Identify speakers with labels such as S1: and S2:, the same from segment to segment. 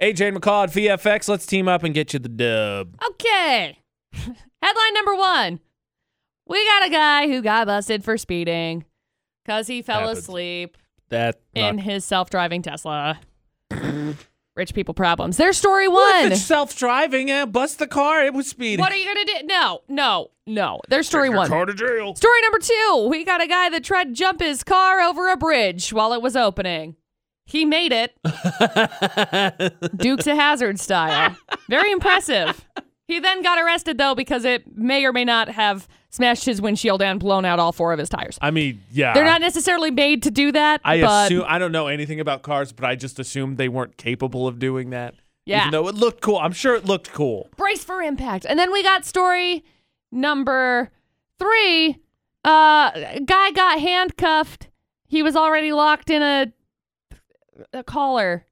S1: AJ McCall at VFX, let's team up and get you the dub.
S2: Okay. Headline number one We got a guy who got busted for speeding because he fell
S1: Happens.
S2: asleep
S1: That
S2: in
S1: not-
S2: his self driving Tesla. Rich people problems. There's story one.
S1: Well, if it's self-driving. Eh, bust the car. It was speeding.
S2: What are you going to do? No, no, no. There's story
S1: Take your
S2: one.
S1: Car to jail.
S2: Story number two We got a guy that tried to jump his car over a bridge while it was opening. He made it, Dukes of Hazard style. Very impressive. He then got arrested, though, because it may or may not have smashed his windshield and blown out all four of his tires.
S1: I mean, yeah.
S2: They're not necessarily made to do that.
S1: Ah. I
S2: but
S1: assume I don't know anything about cars, but I just assumed they weren't capable of doing that.
S2: Yeah.
S1: Even though it looked cool. I'm sure it looked cool.
S2: brace for impact. And then we got story number three. Uh, guy got handcuffed. He was already locked in a a collar.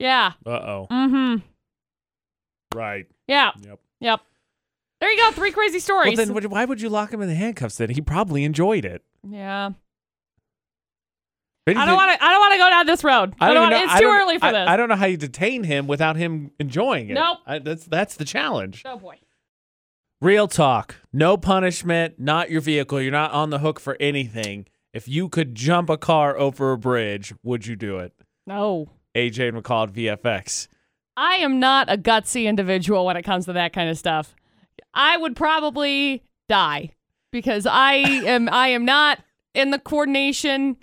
S2: Yeah.
S1: Uh oh.
S2: Mm-hmm.
S1: Right.
S2: Yeah.
S1: Yep.
S2: Yep. There you go. Three crazy
S1: Well,
S2: stories.
S1: then would- why would you lock him in the handcuffs? Then he probably enjoyed it.
S2: yeah.
S1: If
S2: I
S1: anything-
S2: don't want to. I don't want to go down this road. I don't.
S1: even
S2: wanna,
S1: know-
S2: it's
S1: I
S2: too
S1: don't-
S2: early for
S1: I-
S2: this.
S1: I don't know how you detain him without him enjoying it.
S2: Nope.
S1: I, that's that's the challenge.
S2: oh boy.
S1: Real talk. No punishment, not your vehicle. You're not on the hook for anything. If you could jump a car over a bridge, would you do it?
S2: No.
S1: AJ and McCall at VFX.
S2: I am not a gutsy individual when it comes to that kind of stuff. I would probably die because I am I am not in the coordination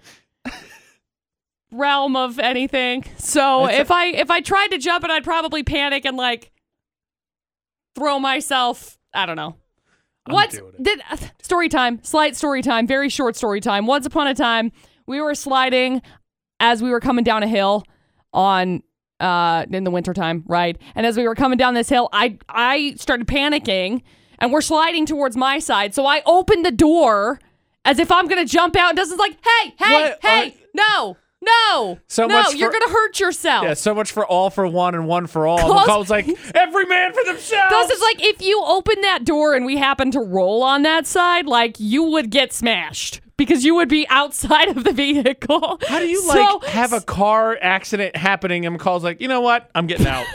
S2: realm of anything. So
S1: That's a-
S2: if I if I tried to jump it, I'd probably panic and like throw myself. I don't know.
S1: I'm
S2: What's
S1: doing it.
S2: did uh, story time? Slight story time. Very short story time. Once upon a time, we were sliding as we were coming down a hill on uh in the wintertime, right? And as we were coming down this hill, I I started panicking and we're sliding towards my side. So I opened the door as if I'm gonna jump out and Dustin's like, hey, hey,
S1: What
S2: hey,
S1: are-
S2: no, no,
S1: So
S2: no,
S1: much for-
S2: you're gonna hurt yourself.
S1: Yeah, so much for all for one and one for all.
S2: Close-
S1: McCall's like, every man for
S2: Thus,
S1: themselves.
S2: it's like if you open that door and we happen to roll on that side, like you would get smashed because you would be outside of the vehicle.
S1: How do you
S2: So-
S1: like have a car accident happening and McCall's like, you know what? I'm getting out.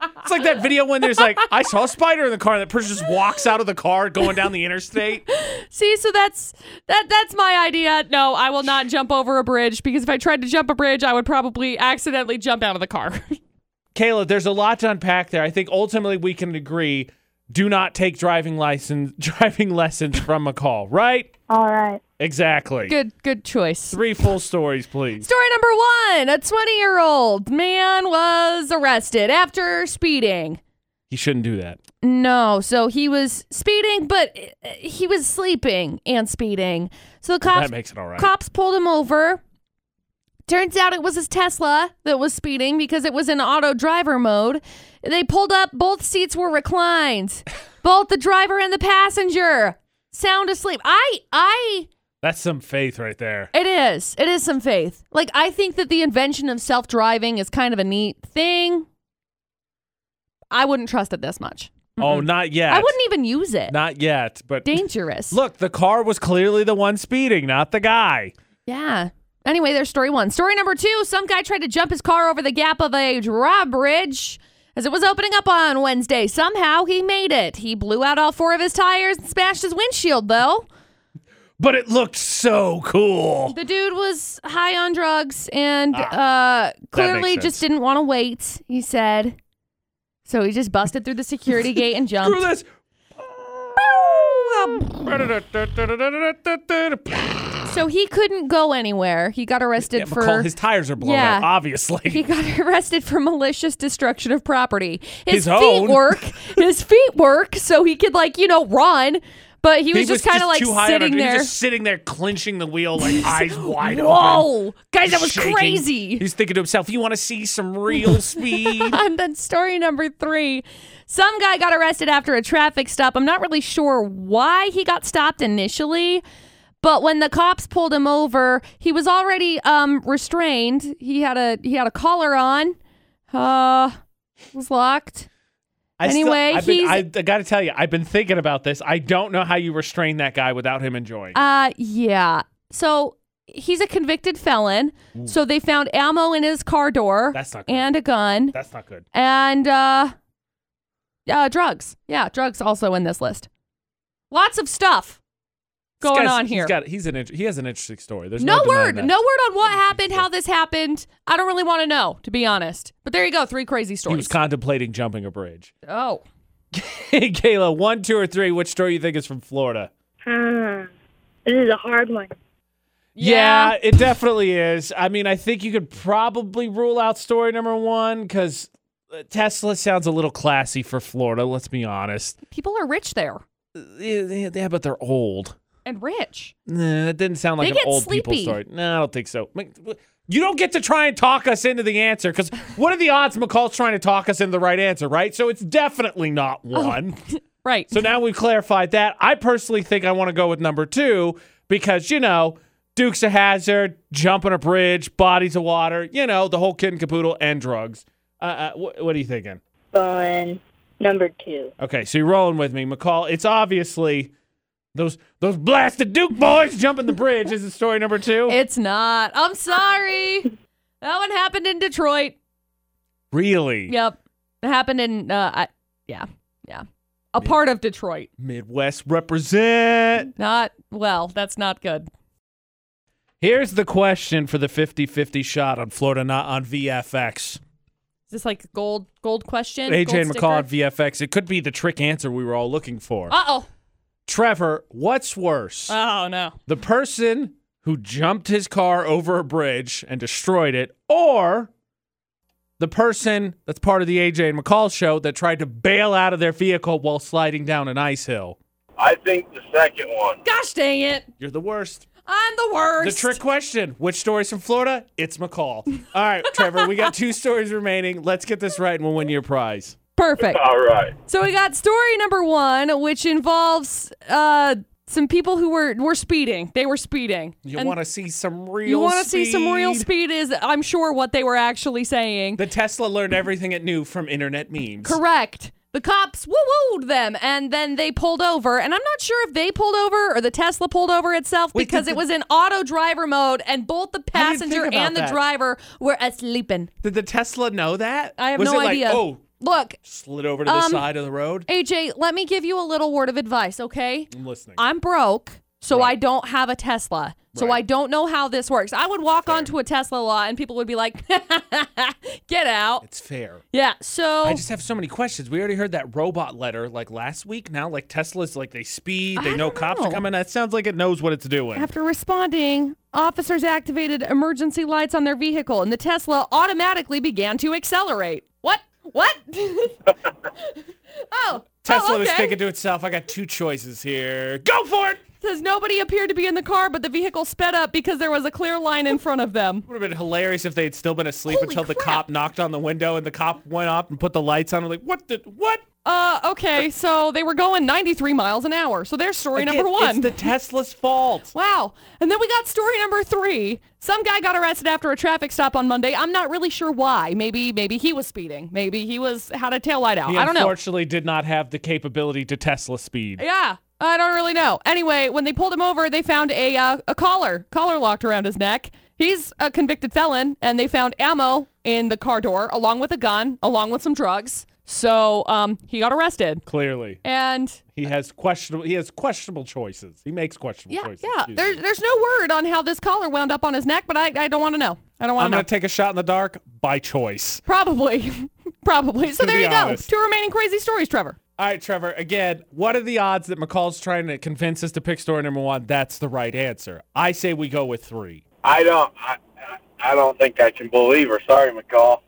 S1: it's like that video when there's like, I saw a spider in the car and that person just walks out of the car going down the interstate.
S2: see? So that's that. That's my idea. No, I will not jump over a bridge because if I tried to jump a bridge, I would probably accidentally jump out of the car.
S1: Kayla, there's a lot to unpack there. I think ultimately we can agree do not take driving license driving lessons from McCall, right?
S3: All right.
S1: Exactly.
S2: good, good choice.
S1: Three full stories, please.
S2: Story number one: A 20-year-old man was arrested after speeding.
S1: He shouldn't do that.
S2: No, so he was speeding, but uh, he was sleeping and speeding. So the cops
S1: That makes it all right.
S2: cops pulled him over. Turns out it was his Tesla that was speeding because it was in auto driver mode. They pulled up, both seats were reclined. both the driver and the passenger sound asleep. I I
S1: That's some faith right there.
S2: it is. It is some faith. Like I think that the invention of self-driving is kind of a neat thing. I wouldn't trust it this much.
S1: Oh, not yet.
S2: I wouldn't even use it.
S1: Not yet, but
S2: Dangerous.
S1: look, the car was clearly the one speeding, not the guy.
S2: Yeah. Anyway, there's story one. Story number two some guy tried to jump his car over the gap of a drawbridge as it was opening up on Wednesday. Somehow he made it. He blew out all four of his tires and smashed his windshield, though.
S1: But it looked so cool.
S2: The dude was high on drugs and uh, clearly
S1: Ah, makes
S2: just
S1: sense.
S2: didn't want to wait, he said. So he just busted through the security gate and
S1: Screw
S2: jumped.
S1: this.
S2: So he couldn't go anywhere. He got arrested
S1: Yeah,
S2: for.
S1: McCall, his tires are blown
S2: Yeah.
S1: out, obviously.
S2: He got arrested for malicious destruction of property.
S1: His
S2: His, feet
S1: own.
S2: work. His feet work, so he could like you know run, but he was just kind of like
S1: too high on
S2: sitting
S1: it. He
S2: there.
S1: was just sitting there clenching the wheel, like eyes wide open.
S2: Whoa, guys, that was
S1: shaking.
S2: crazy.
S1: He's thinking to himself, "You want to see some real speed?"
S2: and then story number three some guy got arrested after a traffic stop i'm not really sure why he got stopped initially but when the cops pulled him over he was already um restrained he had a he had a collar on uh was locked
S1: I
S2: Anyway,
S1: still, I've been-
S2: he's-
S1: I, I got to tell you, I've been thinking about this. I don't know how you restrain that guy without him enjoying.
S2: uh yeah so he's a convicted felon, so they found ammo in his car door
S1: That's not good.
S2: and a gun
S1: That's not good.
S2: and uh, uh, drugs. Yeah, drugs also in this list. Lots of stuff
S1: This
S2: going
S1: guy's-
S2: on
S1: he's
S2: here.
S1: got- he's an int- he has an interesting story. There's
S2: no
S1: no, denying
S2: word,
S1: that.
S2: no word on what happened, how this happened. I don't really want to know, to be honest. But there you go, three crazy
S1: He was
S2: stories.
S1: contemplating jumping a bridge.
S2: oh,
S1: Kayla, one, two, or three. Which story you think is from Florida?
S3: Ah, this is a hard one.
S1: Yeah. it definitely is. I mean, I think you could probably rule out story number one because Tesla sounds a little classy for Florida. Let's be honest.
S2: people are rich there
S1: Yeah, yeah, but they're old.
S2: and rich.
S1: Nah, that didn't sound like
S2: They
S1: an
S2: get
S1: old people
S2: sleepy.
S1: story. No, I don't think so. I mean, You don't get to try and talk us into the answer because what are the odds McCall's trying to talk us into the right answer, right? So it's definitely not
S2: Oh,
S1: one.
S2: Right.
S1: So now we've clarified that. I personally think I want to go with number two because, you know, Duke's a hazard, jumping a bridge, bodies of water, you know, the whole kid and caboodle and drugs. Uh, uh, wh- what are you thinking?
S3: On number two.
S1: Okay, so you're rolling with me, McCall. It's obviously those those blasted Duke boys jumping the bridge is it story number two.
S2: it's not. I'm sorry. that one happened in Detroit.
S1: really?
S2: Yep. It happened in, uh, I, yeah, yeah. A part of Detroit.
S1: Midwest represent.
S2: Not, well, that's not good.
S1: Here's the question for the 50-50 shot on Florida, not on VFX.
S2: Is this like a gold, gold question?
S1: AJ and McCall on VFX. It could be the trick answer we were all looking for.
S2: Uh oh.
S1: Trevor, what's worse?
S2: Oh, no.
S1: the person who jumped his car over a bridge and destroyed it, or the person that's part of the AJ and McCall show that tried to bail out of their vehicle while sliding down an ice hill?
S4: I think the second one.
S2: Gosh dang it.
S1: You're the worst.
S2: I'm the worst.
S1: The trick question Which story's from Florida? It's McCall. All right, Trevor, we got two stories remaining. Let's get this right and we'll win you a prize.
S2: Perfect.
S4: All right.
S2: So we got story number one, which involves uh, some people who were, were speeding. They were speeding.
S1: You
S2: And
S1: want to see some real
S2: you want to see some real
S1: speed?
S2: speed is, I'm sure, what they were actually saying.
S1: The Tesla learned everything it knew from internet memes.
S2: Correct. The cops woo wooed them, and then they pulled over. And I'm not sure if they pulled over or the Tesla pulled over itself
S1: Wait,
S2: because
S1: did
S2: it
S1: the-
S2: was in auto driver mode, and both the
S1: I didn't think
S2: passenger
S1: about
S2: and the
S1: that.
S2: driver were asleepin'.
S1: Did the Tesla know that?
S2: I have
S1: Was
S2: no
S1: it
S2: idea.
S1: Like, oh,
S2: Look,
S1: slid over to the
S2: Um,
S1: side of the road.
S2: AJ, let me give you a little word of advice, okay?
S1: I'm listening.
S2: I'm broke, so
S1: Right.
S2: I don't have a Tesla. So
S1: Right.
S2: I don't know how this works. I would walk onto a Tesla lot and people would be like, get out.
S1: it's fair.
S2: Yeah. So
S1: I just have so many questions. We already heard that robot letter like last week. Now, like Tesla's, like they speed. They
S2: I
S1: know
S2: don't
S1: cops are
S2: know.
S1: coming. That sounds like it knows what it's doing.
S2: After responding, officers activated emergency lights on their vehicle and the Tesla automatically began to accelerate. What? What? oh.
S1: Tesla
S2: oh,
S1: was
S2: okay.
S1: thinking to itself, "I got two choices here. Go for it."
S2: Says nobody appeared to be in the car, but the vehicle sped up because there was a clear line in front of them.
S1: Would have been hilarious if they had still been asleep
S2: Holy
S1: until the
S2: crap.
S1: cop knocked on the window and the cop went up and put the lights on. I'm like, "What? The, what?"
S2: Uh, okay, so they were going 93 miles an hour. So there's story number
S1: Again,
S2: one.
S1: It's the Tesla's fault.
S2: Wow. And then we got story number three. Some guy got arrested after a traffic stop on Monday. I'm not really sure why. Maybe maybe he was speeding. Maybe he was had a taillight out.
S1: He
S2: I don't know.
S1: unfortunately did not have the capability to Tesla speed.
S2: Yeah. I don't really know. Anyway, when they pulled him over, they found a uh, a collar, collar locked around his neck. He's a convicted felon, and they found ammo in the car door, along with a gun, along with some drugs. So um, he got arrested.
S1: Clearly.
S2: And
S1: He has questionable. He has questionable choices. He makes questionable
S2: yeah,
S1: choices.
S2: yeah.
S1: excuse
S2: There,
S1: me.
S2: there's no word on how this collar wound up on his neck, but I, I don't want to know. I don't want
S1: I'm
S2: to know.
S1: gonna take a shot in the dark by choice.
S2: Probably. Probably. So
S1: To
S2: there
S1: be
S2: you
S1: honest.
S2: go. Two remaining crazy stories, Trevor.
S1: All right, Trevor. Again, what are the odds that McCall's trying to convince us to pick story number one? That's the right answer. I say we go with three.
S4: I don't. I, I I don't think I can believe her. Sorry, McCall.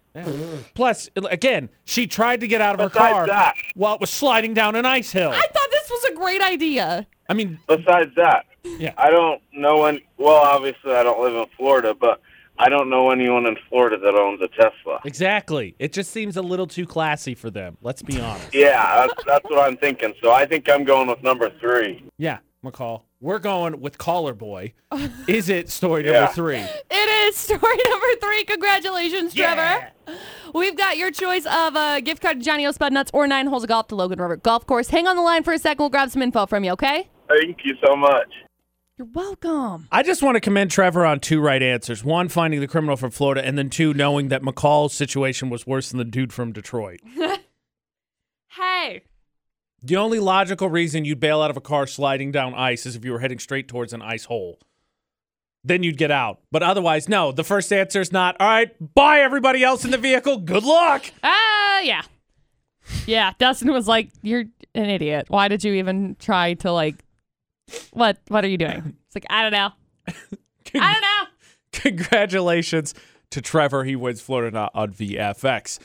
S1: Plus, again, she tried to get out of her
S4: Besides
S1: car
S4: that-
S1: while it was sliding down an ice hill.
S2: I thought this was a great idea.
S1: I mean,
S4: Besides that,
S1: Yeah.
S4: I don't know any. Well, obviously, I don't live in Florida, but I don't know anyone in Florida that owns a Tesla.
S1: exactly. It just seems a little too classy for them. Let's be honest.
S4: Yeah, that's, that's what I'm thinking. So I think I'm going with number three.
S1: Yeah, McCall. We're going with caller boy. Is it story
S4: Yeah.
S1: number three?
S2: It is story number three. Congratulations, Trevor. We've got your choice of a gift card to Johnny O. Spud Nuts or nine holes of golf to Logan River Golf Course. Hang on the line for a second. We'll grab some info from you, okay?
S4: Thank you so much.
S2: You're welcome.
S1: I just want to commend Trevor on two right answers. One, finding the criminal from Florida, and then two, knowing that McCall's situation was worse than the dude from Detroit.
S2: Hey.
S1: The only logical reason you'd bail out of a car sliding down ice is if you were heading straight towards an ice hole. Then you'd get out. But otherwise, no. The first answer is not, all right, bye everybody else in the vehicle. Good luck.
S2: Ah, yeah. Yeah, Dustin was like, "You're an idiot. Why did you even try to like what what are you doing?" It's like, "I don't know. I don't know."
S1: Congratulations to Trevor. He wins Florida Knot on VFX.